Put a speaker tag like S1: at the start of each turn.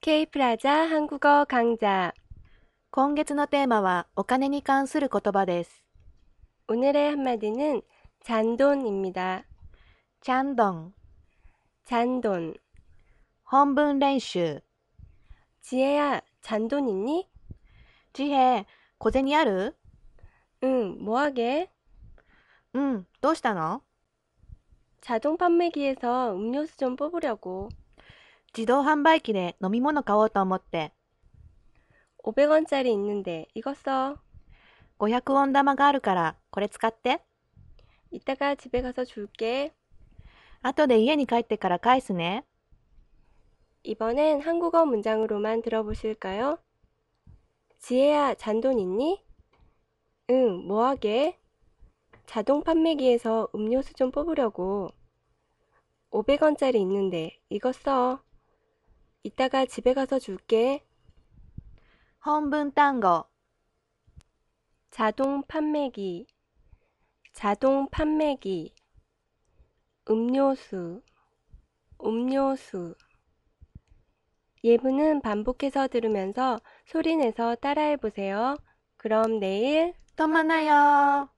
S1: K プラザ한국어講座。
S2: 今月のテーマはお金に関する言葉です。
S1: 오늘의 한마디는 잔돈입니다.
S2: チャンドン、
S1: 잔돈.
S2: 本文練習。
S1: 지혜야, 잔돈 있니?
S2: 地平、小銭ある
S1: 응, 뭐하게?
S2: うん、どうしたの
S1: 자동 판매기에서 음료수 좀 뽑으려고.
S2: 自動販売機で飲み物買おうと思って、
S1: 500원짜리 있는데 이거 써.
S2: 500ウォン玉があるから、これ使って。
S1: 이따가 집에 가서 줄게.
S2: 後で家に帰ってから返すね。
S1: 이번엔 한국어 문장으로만 들어보실까요? 지혜야, 잔돈 있니? 응, 뭐하게? 자동 판매기에서 음료수 좀 뽑으려고. 500원짜리 있는데, 이거 써. 이따가 집에 가서 줄게.
S2: 本文単語、
S1: 자동 판매기. 자동 판매기. 음료수. 음료수. 예문은 반복해서 들으면서 소리 내서 따라해 보세요. 그럼 내일
S2: 止まなよ